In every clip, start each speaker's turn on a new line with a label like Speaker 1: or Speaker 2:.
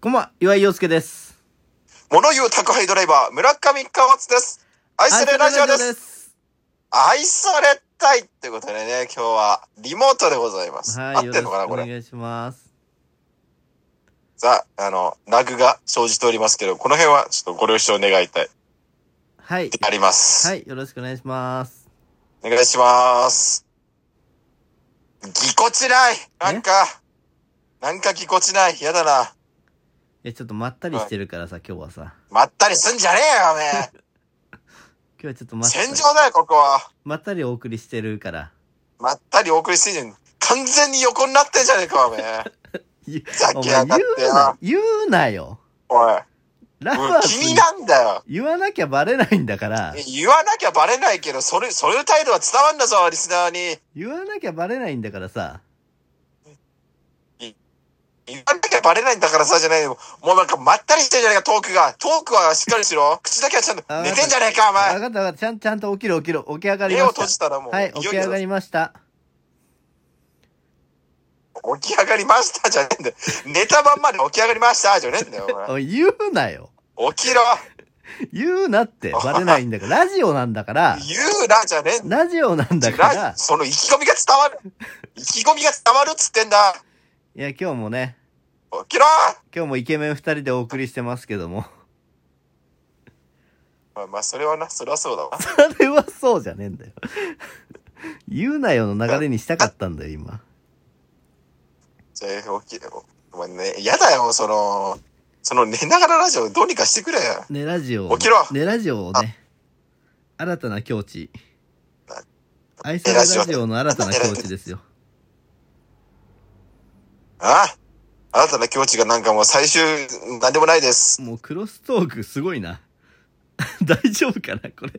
Speaker 1: こんばんは、岩井陽介です。
Speaker 2: 物言う宅配ドライバー、村上貨物です。愛すれラジオです。
Speaker 1: す。
Speaker 2: 愛されたいってことでね、今日はリモートでございます。
Speaker 1: はい、よ
Speaker 2: 合っ
Speaker 1: ろ
Speaker 2: て
Speaker 1: しく
Speaker 2: んのかな、こ
Speaker 1: お
Speaker 2: れ。
Speaker 1: 願いします。
Speaker 2: さあ、あの、ラグが生じておりますけど、この辺はちょっとご了承願いたい。
Speaker 1: はい
Speaker 2: で、あります。
Speaker 1: はい、よろしくお願いします。
Speaker 2: お願いします。ぎこちないなんか、なんかぎこちないやだな。
Speaker 1: え、ちょっとまったりしてるからさ、今日はさ。
Speaker 2: まったりすんじゃねえよ、
Speaker 1: 今日はちょっと
Speaker 2: お
Speaker 1: ま
Speaker 2: めえ
Speaker 1: ったり
Speaker 2: 戦場だよ、ここは。
Speaker 1: まったりお送りしてるから。
Speaker 2: まったりお送りすぎて、完全に横になってんじゃねえか、おめえ。
Speaker 1: い
Speaker 2: ざ
Speaker 1: お
Speaker 2: け
Speaker 1: 前
Speaker 2: や
Speaker 1: 言
Speaker 2: がっ
Speaker 1: う
Speaker 2: て
Speaker 1: な
Speaker 2: よ、。
Speaker 1: 言うなよ。
Speaker 2: おい。
Speaker 1: ラ
Speaker 2: も
Speaker 1: バ
Speaker 2: う
Speaker 1: ー
Speaker 2: 君
Speaker 1: ス
Speaker 2: なんだよ。
Speaker 1: 言わなきゃバレないんだから、
Speaker 2: 言わなきゃバレないけど、それ、そういう態度は伝わんだぞ、リスナーに。
Speaker 1: 言わなきゃバレないんだからさ。
Speaker 2: 言わなきゃバレないんだからさ、じゃないよ。もうなんかまったりしてんじゃねえか、トークが。トークはしっかりしろ。 口だけはちゃんと
Speaker 1: あ。
Speaker 2: 寝てんじゃねえか、
Speaker 1: わ
Speaker 2: お前。
Speaker 1: かったわかった。ちゃん、ちゃんと起きる起きる。起き上がり
Speaker 2: 目
Speaker 1: ま
Speaker 2: を
Speaker 1: し
Speaker 2: 閉じたらもう、
Speaker 1: た。はい、
Speaker 2: い
Speaker 1: 起
Speaker 2: よ
Speaker 1: き
Speaker 2: いよ
Speaker 1: 上がりました。
Speaker 2: 起き上がりましたじゃねえんだよ。寝たまんまで起き上がりましたじゃねえんだよ、お前
Speaker 1: おい言うなよ。
Speaker 2: 起きろ。
Speaker 1: 言うなって。バレないんだから。ラジオなんだから。
Speaker 2: 言うな、じゃねえんだよ
Speaker 1: ラジオなんだから。
Speaker 2: その意気込みが伝わる。意気込みが伝わるっつってんだ。
Speaker 1: いや、今日もね、
Speaker 2: 起きろ
Speaker 1: 今日もイケメン二人でお送りしてますけども。
Speaker 2: まあ、まあ、それはな、それはそうだわ。
Speaker 1: それはそうじゃねえんだよ。言うなよの流れにしたかったんだよ、今。
Speaker 2: じゃあ、起き、お前ね、嫌だよ、その、その寝ながらラジオどうにかしてくれよ。
Speaker 1: ね、ラジオを。
Speaker 2: 起きろ
Speaker 1: ね、ラジオをね。新たな境地
Speaker 2: な。
Speaker 1: 愛されラジオの新たな境地ですよ。
Speaker 2: ああ新たな境地がなんかもう最終、なんでもないです。
Speaker 1: もうクロストークすごいな。 大丈夫かなこ れ。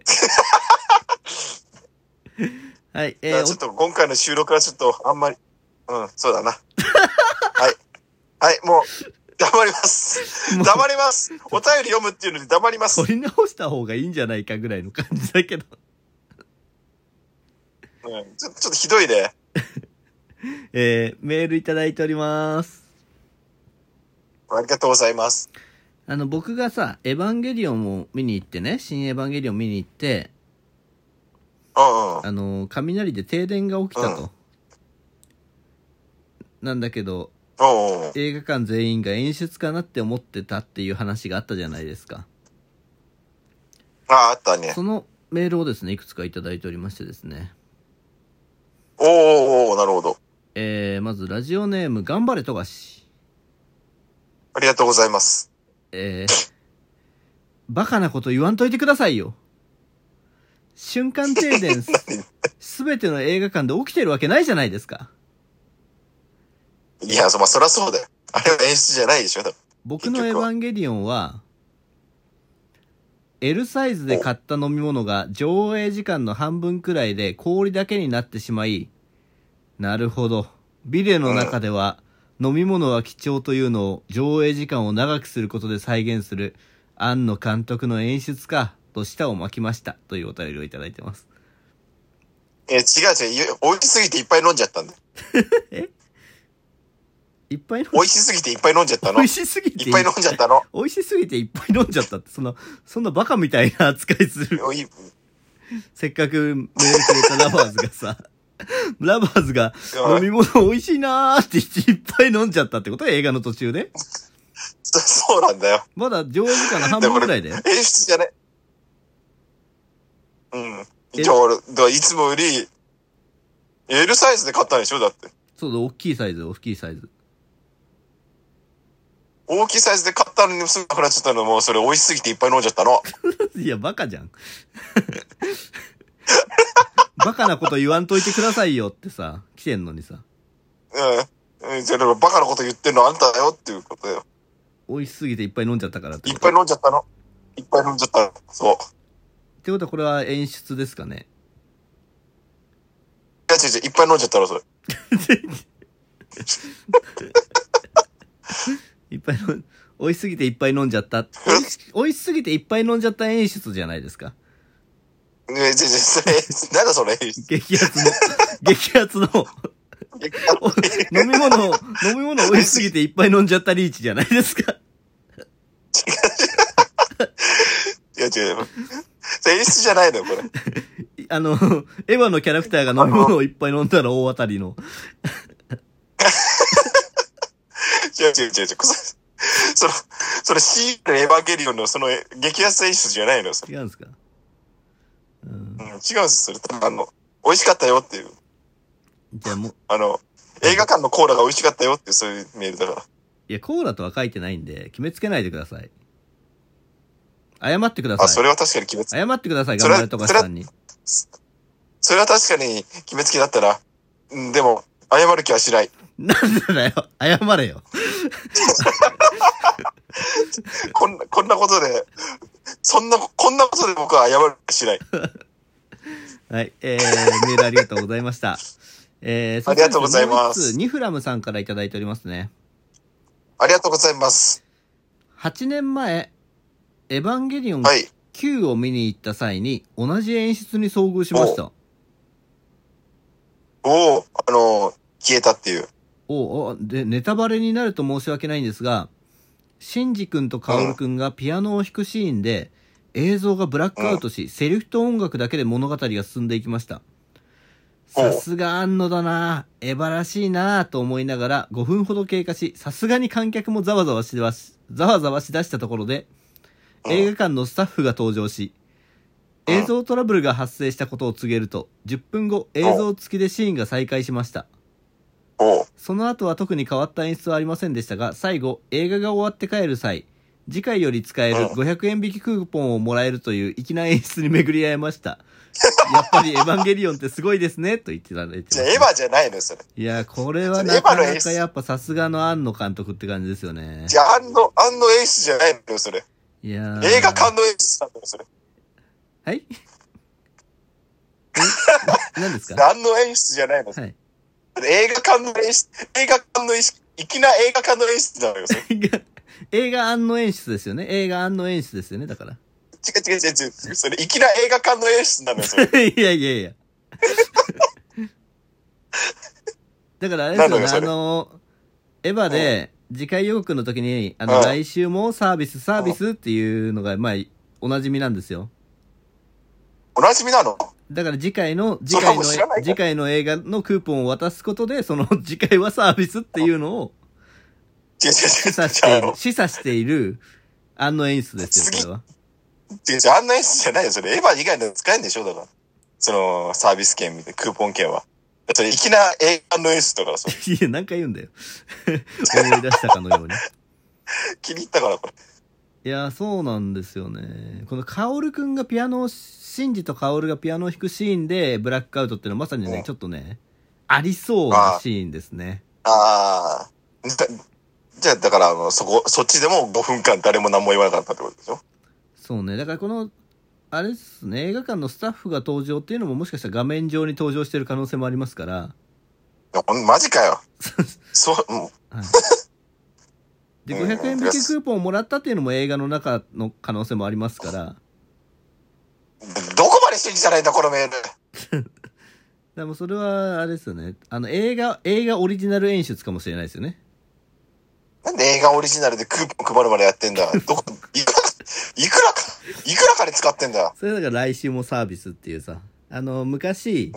Speaker 1: はい、えー
Speaker 2: ちょっと今回の収録はちょっとあんまり、うん、そうだな。 はい。はい、もう、黙ります。
Speaker 1: もう
Speaker 2: 黙ります。お便り読むっていうので黙ります
Speaker 1: お、。取り直した方がいいんじゃないかぐらいの感じだけど。
Speaker 2: うん、ちょちょっとひどいね。
Speaker 1: えー、メールいただいております。
Speaker 2: ありがとうございます。
Speaker 1: あの、僕がさ、エヴァンゲリオンを見に行ってね、新エヴァンゲリオン見に行って、
Speaker 2: うんうん。
Speaker 1: あの、雷で停電が起きたと。なんだけど、
Speaker 2: うんうん。
Speaker 1: 映画館全員が演出かなって思ってたっていう話があったじゃないですか。
Speaker 2: ああ、あったね。
Speaker 1: そのメールをですね、いくつかいただいておりましてですね。
Speaker 2: おーおーおーなるほど。
Speaker 1: えー、まずラジオネーム、頑張れ富樫。
Speaker 2: ありがとうございます。
Speaker 1: えー、バカなこと言わんといてくださいよ。瞬間停電す、すべての映画館で起きてるわけないじゃないですか。
Speaker 2: いや、そ、まあ、そりゃそうだよ。あれは演出じゃないでしょ、多分
Speaker 1: 僕のエヴァンゲリオンは、L サイズで買った飲み物が上映時間の半分くらいで氷だけになってしまい、なるほど。ビデの中では、飲み物は貴重というのを上映時間を長くすることで再現する、庵野監督の演出か、と舌を巻きました、というお便りをいただいてます。
Speaker 2: え、違う違う。美味しすぎていっぱい飲んじゃったんだよ。
Speaker 1: いっぱい飲ん
Speaker 2: 美味しすぎていっぱい飲んじゃったの。
Speaker 1: 美
Speaker 2: い
Speaker 1: 味し
Speaker 2: っ
Speaker 1: すぎて
Speaker 2: ぱい飲んじゃったの。
Speaker 1: 美味しすぎていっぱい飲んじゃったって、そんな、そんなバカみたいな扱いする。
Speaker 2: おい
Speaker 1: せっかくメールくれたラバーズが さ、ラバーズが飲み物美味しいなーっていっぱい飲んじゃったってこと映画の途中で。
Speaker 2: そそうなんだよ。
Speaker 1: まだ上映時間の半分ぐらいで。
Speaker 2: 演出じゃない。うん。一応俺、だからいつもより、L サイズで買ったんでしょだって。
Speaker 1: そうだ、大きいサイズ、大きいサイズ。
Speaker 2: 大きいサイズで買ったのにすぐなくなっちゃったのもうそれ美味しすぎていっぱい飲んじゃったの。
Speaker 1: いや、バカじゃん。 バカなこと言わんといてくださいよってさ、来てんのにさ、
Speaker 2: うんうん。じゃあ、だからバカなこと言ってんのあんただよっていうことだよ。
Speaker 1: 美味しすぎていっぱい飲んじゃったからって
Speaker 2: いっ
Speaker 1: こと。
Speaker 2: ぱい飲んじゃったの。いっぱい飲んじゃったの。そう。
Speaker 1: ってことはこれは演出ですかね。
Speaker 2: いや違う違う、いっぱい飲んじゃったの、それ。
Speaker 1: いっぱい飲ん、美味しすぎていっぱい飲んじゃった。美味し美味しすぎていっぱい飲んじゃった演出じゃないですか。
Speaker 2: ねえ、ちょ、ちょ、それ、 なんだそれ。い
Speaker 1: 激アツの、激アツの、
Speaker 2: や
Speaker 1: お飲み物を、飲み物美味しすぎていっぱい飲んじゃったリーチじゃないですか。
Speaker 2: や違う。 演出じゃないのよ、これ。
Speaker 1: あの、エヴァのキャラクターが飲み物をいっぱい飲んだら大当たり の。
Speaker 2: 違う違う違う違う。そその、それシークエヴァンゲリオンのその激安演出じゃないのよ、それ
Speaker 1: 違うんですか、うん
Speaker 2: う、ん違うんです、それ。ただあの、美味しかったよっていう。
Speaker 1: じゃあもう、
Speaker 2: あの、映画館のコーラが美味しかったよっていう、そういうメールだから。
Speaker 1: いや、コーラとは書いてないんで、決めつけないでください。謝ってくだ
Speaker 2: あ、
Speaker 1: さ
Speaker 2: そ
Speaker 1: い。
Speaker 2: れは確かに決めつけ、
Speaker 1: 謝ってください、
Speaker 2: そ
Speaker 1: 頑張れ
Speaker 2: れ
Speaker 1: とかしさんに。
Speaker 2: それは確かに決めつけだったら、うん、でも、謝る気はしない。
Speaker 1: なんで だよ、謝れよ。
Speaker 2: こんな、こんなことで、そんな、こんなことで僕は謝る気はしない。
Speaker 1: はい、えー、メールありがとうございました。えー、
Speaker 2: ありがとうございます
Speaker 1: そしてもう一つニフラムさんからいただいておりますね。
Speaker 2: ありがとうございます。
Speaker 1: 8年前、エヴァンゲリオン
Speaker 2: はい。
Speaker 1: 9を見に行った際に、同じ演出に遭遇しました。
Speaker 2: おおあの、消えたっていう。
Speaker 1: おうおうで、ネタバレになると申し訳ないんですが、シンジ君とカオル君がピアノを弾くシーンで、映像がブラックアウトし、セリフと音楽だけで物語が進んでいきました。
Speaker 2: お
Speaker 1: さ
Speaker 2: う
Speaker 1: すが安野だなぁ、エヴァらしいなぁと思いながら5分ほど経過し、さすがに観客もざわざわしだし、ざわざわしだしたところで、
Speaker 2: うん
Speaker 1: 映画館のスタッフが登場し、
Speaker 2: うん
Speaker 1: 映像トラブルが発生したことを告げると、10分後映像付きでシーンが再開しました。
Speaker 2: おう
Speaker 1: その後は特に変わった演出はありませんでしたが、最後、映画が終わって帰る際、次回より使える
Speaker 2: うん
Speaker 1: 500円引きクーポンをもらえるという粋な演出に巡り合いま した。やっぱりエヴァンゲリオンってすごいですね、と言ってただいてます
Speaker 2: じゃあ、エヴァじゃないのよ、それ。
Speaker 1: いや、これは
Speaker 2: それエ
Speaker 1: な
Speaker 2: ヴァ
Speaker 1: か
Speaker 2: の
Speaker 1: な
Speaker 2: 演
Speaker 1: か
Speaker 2: 出
Speaker 1: やっぱさすがの庵野監督って感じですよね。
Speaker 2: じゃあ、あんの、あんの演出じゃないのよ、それ。
Speaker 1: いやー
Speaker 2: 映画館の演出なんだよ、それ。
Speaker 1: はいえ何ですか
Speaker 2: 何の演出じゃないの
Speaker 1: はい。
Speaker 2: 映画館の演出、映画館の演出、粋な映画館の演出なのよ、それ。違
Speaker 1: 映画庵野演出ですよね。映画庵野演出ですよね、だから。
Speaker 2: う違う違う違う。それ、粋な映画館の演出なのよ、それ。
Speaker 1: いやいやいや。だからあれですよね、
Speaker 2: な
Speaker 1: あ
Speaker 2: んだ
Speaker 1: の、エヴァで、次回予告の時に、あの、
Speaker 2: うん
Speaker 1: 来週もサービス、サービスっていうのが、まあ、おなじみなんですよ。
Speaker 2: おなじみなの
Speaker 1: だから次回の、次
Speaker 2: そんな
Speaker 1: 回
Speaker 2: も
Speaker 1: の
Speaker 2: ん知らないか、ら
Speaker 1: 次回の映画のクーポンを渡すことで、その 次回はサービスっていうのを
Speaker 2: 違う違
Speaker 1: 示
Speaker 2: う違う。
Speaker 1: 唆し
Speaker 2: じ
Speaker 1: て
Speaker 2: ゃああ
Speaker 1: いる
Speaker 2: の、、
Speaker 1: 示唆している、あの演出ですよ、これは。
Speaker 2: 違う違う、あんな演出じゃないよ、それ。エヴァ以外の使えんでしょ、だから。その、サービス券みたいな、クーポン券は。それ、粋な映画館の演出だから、そ れ。
Speaker 1: いや、何回言うんだよ。思い出したかのように。
Speaker 2: 気に入ったから、これ。
Speaker 1: いやそうなんですよねこの薫くんがピアノをシンジと薫がピアノを弾くシーンでブラックアウトっていうのはまさにね、
Speaker 2: うん
Speaker 1: ちょっとねありそうなシーンですね
Speaker 2: ああ。じゃじゃあ、だから、あの、そこ、そっちでも5分間誰も何も言わなかったってことでしょ
Speaker 1: そうねだからこのあれですね映画館のスタッフが登場っていうのももしかしたら画面上に登場してる可能性もありますから、
Speaker 2: いやほんマ ジかよ。そう、もう
Speaker 1: はい、で
Speaker 2: うん
Speaker 1: 500円引きクーポンをもらったっていうのも映画の中の可能性もありますから
Speaker 2: どこまで信じたらいいんだ、このメール。
Speaker 1: でもうそれはあれですよねあの映画映画オリジナル演出かもしれないですよね
Speaker 2: なんで映画オリジナルでクーポン配るまでやってんだ。どこ、いくら、いくらか、いくらかで使ってんだ。
Speaker 1: それだから来週もサービスっていうさあの昔、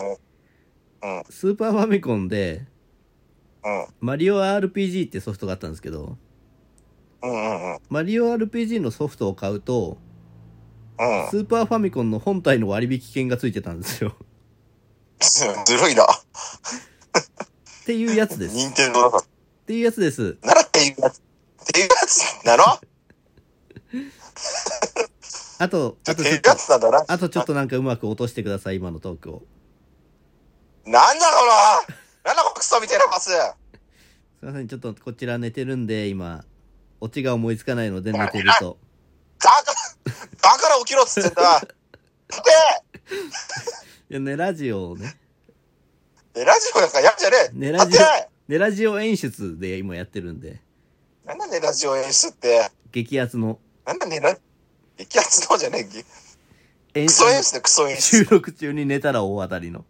Speaker 2: うん
Speaker 1: スーパーファミコンで
Speaker 2: うん。
Speaker 1: マリオ RPG ってソフトがあったんですけど
Speaker 2: うんうんうん。
Speaker 1: マリオ RPG のソフトを買うと
Speaker 2: うん。
Speaker 1: スーパーファミコンの本体の割引券がついてたんですよ
Speaker 2: ずるいな。
Speaker 1: っていうやつです
Speaker 2: 任天堂だから。
Speaker 1: っていうやつです
Speaker 2: ならっていうやつ。っていうやつなの
Speaker 1: あとあ
Speaker 2: って
Speaker 1: と
Speaker 2: い
Speaker 1: ちょ
Speaker 2: う
Speaker 1: っと
Speaker 2: やつなんだな。
Speaker 1: あとちょっとなんかうまく落としてください今のトークを
Speaker 2: なんだこのなんだこのクソみたいなパス
Speaker 1: すいませんちょっとこちら寝てるんで今オチが思いつかないので寝てると
Speaker 2: だから、だから起きろっつってんだ。立
Speaker 1: いやねラジオをね
Speaker 2: てえラジオなんかやんじゃねえ。
Speaker 1: ねラ
Speaker 2: 立
Speaker 1: ジ
Speaker 2: て
Speaker 1: ねラジオ演出で今やってるんで
Speaker 2: なんだね、ラジオ演出って。
Speaker 1: 激アツの
Speaker 2: なんだね、ラ、激アツの方じゃねえ。ぎ
Speaker 1: 演
Speaker 2: クソ演出だよ、クソ演出
Speaker 1: 収。録中に寝たら大当たりの。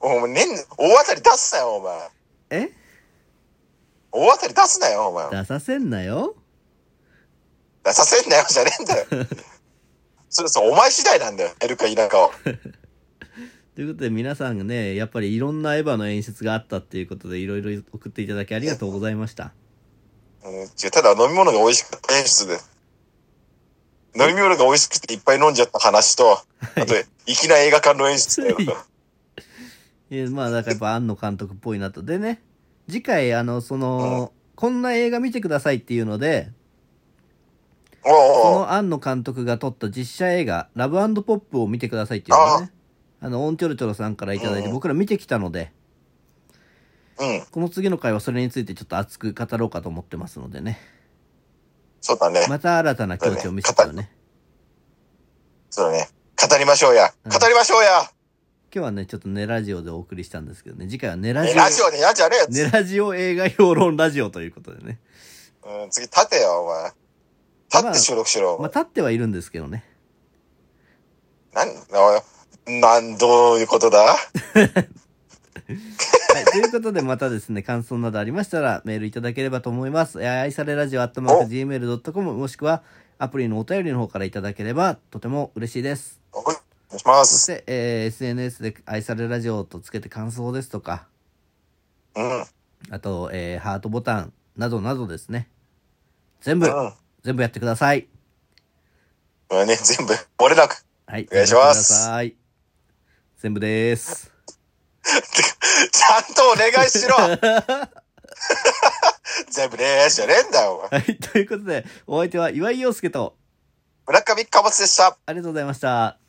Speaker 2: お前、ねん、大当たり出すなよ、お前。
Speaker 1: え
Speaker 2: 大当たり出すなよ、お前。
Speaker 1: 出させんなよ。
Speaker 2: 出させんなよ、じゃねえんだよ。それさ、お前次第なんだよ。やるか否かは。
Speaker 1: ということで皆さんがね、やっぱりいろんなエヴァの演出があったっていうことでいろいろ送っていただきありがとうございました。
Speaker 2: うん違うただ飲み物が美味しかった演出で。飲み物が美味しくていっぱい飲んじゃった話と、あと、粋な映画館の演出だよ。
Speaker 1: えまあだからやっぱ庵野監督っぽいなと。でね、次回あの、その、こんな映画見てくださいっていうので、
Speaker 2: お
Speaker 1: そ
Speaker 2: うおう
Speaker 1: の庵野監督が撮った実写映画、ラブポップを見てくださいっていうのをね、あの、オンチョルチョロさんからいただいて
Speaker 2: うん
Speaker 1: 僕ら見てきたので、
Speaker 2: うん。
Speaker 1: この次の回はそれについてちょっと熱く語ろうかと思ってますのでね。
Speaker 2: そうだね。
Speaker 1: また新たな境地を見せたよね。
Speaker 2: そうだね。語りましょうや。
Speaker 1: うん
Speaker 2: 語りましょうや。
Speaker 1: 今日はね、ちょっとネラジオでお送りしたんですけどね、次回はネラジ
Speaker 2: え
Speaker 1: オ。
Speaker 2: ラジオでやっちゃねえ
Speaker 1: ネ
Speaker 2: や
Speaker 1: ラジオ映画評論ラジオということでね。
Speaker 2: つ。うん、次立てよ、お前。立って収録しろ。お
Speaker 1: まあ、
Speaker 2: 前
Speaker 1: 立ってはいるんですけどね。
Speaker 2: なん、なん、どういうことだ
Speaker 1: はい。ということで、またですね、感想などありましたら、メールいただければと思います。えー愛されラジオアットマーク Gmail.com もしくは、アプリのお便りの方からいただければ、とても嬉しいです。
Speaker 2: お願いしま
Speaker 1: そし
Speaker 2: す。
Speaker 1: て、えー SNS で愛されラジオとつけて感想ですとか、
Speaker 2: うん。うん。
Speaker 1: あと、えーハートボタンなどなどですね。全部、全部やってください。
Speaker 2: まあね、全部、漏れなく。
Speaker 1: はい。
Speaker 2: お願いします
Speaker 1: やってください。全部です。
Speaker 2: ちゃんとお願いし ろ全部ねーしじゃねえんだよ、お前。
Speaker 1: はい。ということで、お相手は岩井陽介と、
Speaker 2: 村上貨物でした。
Speaker 1: ありがとうございました。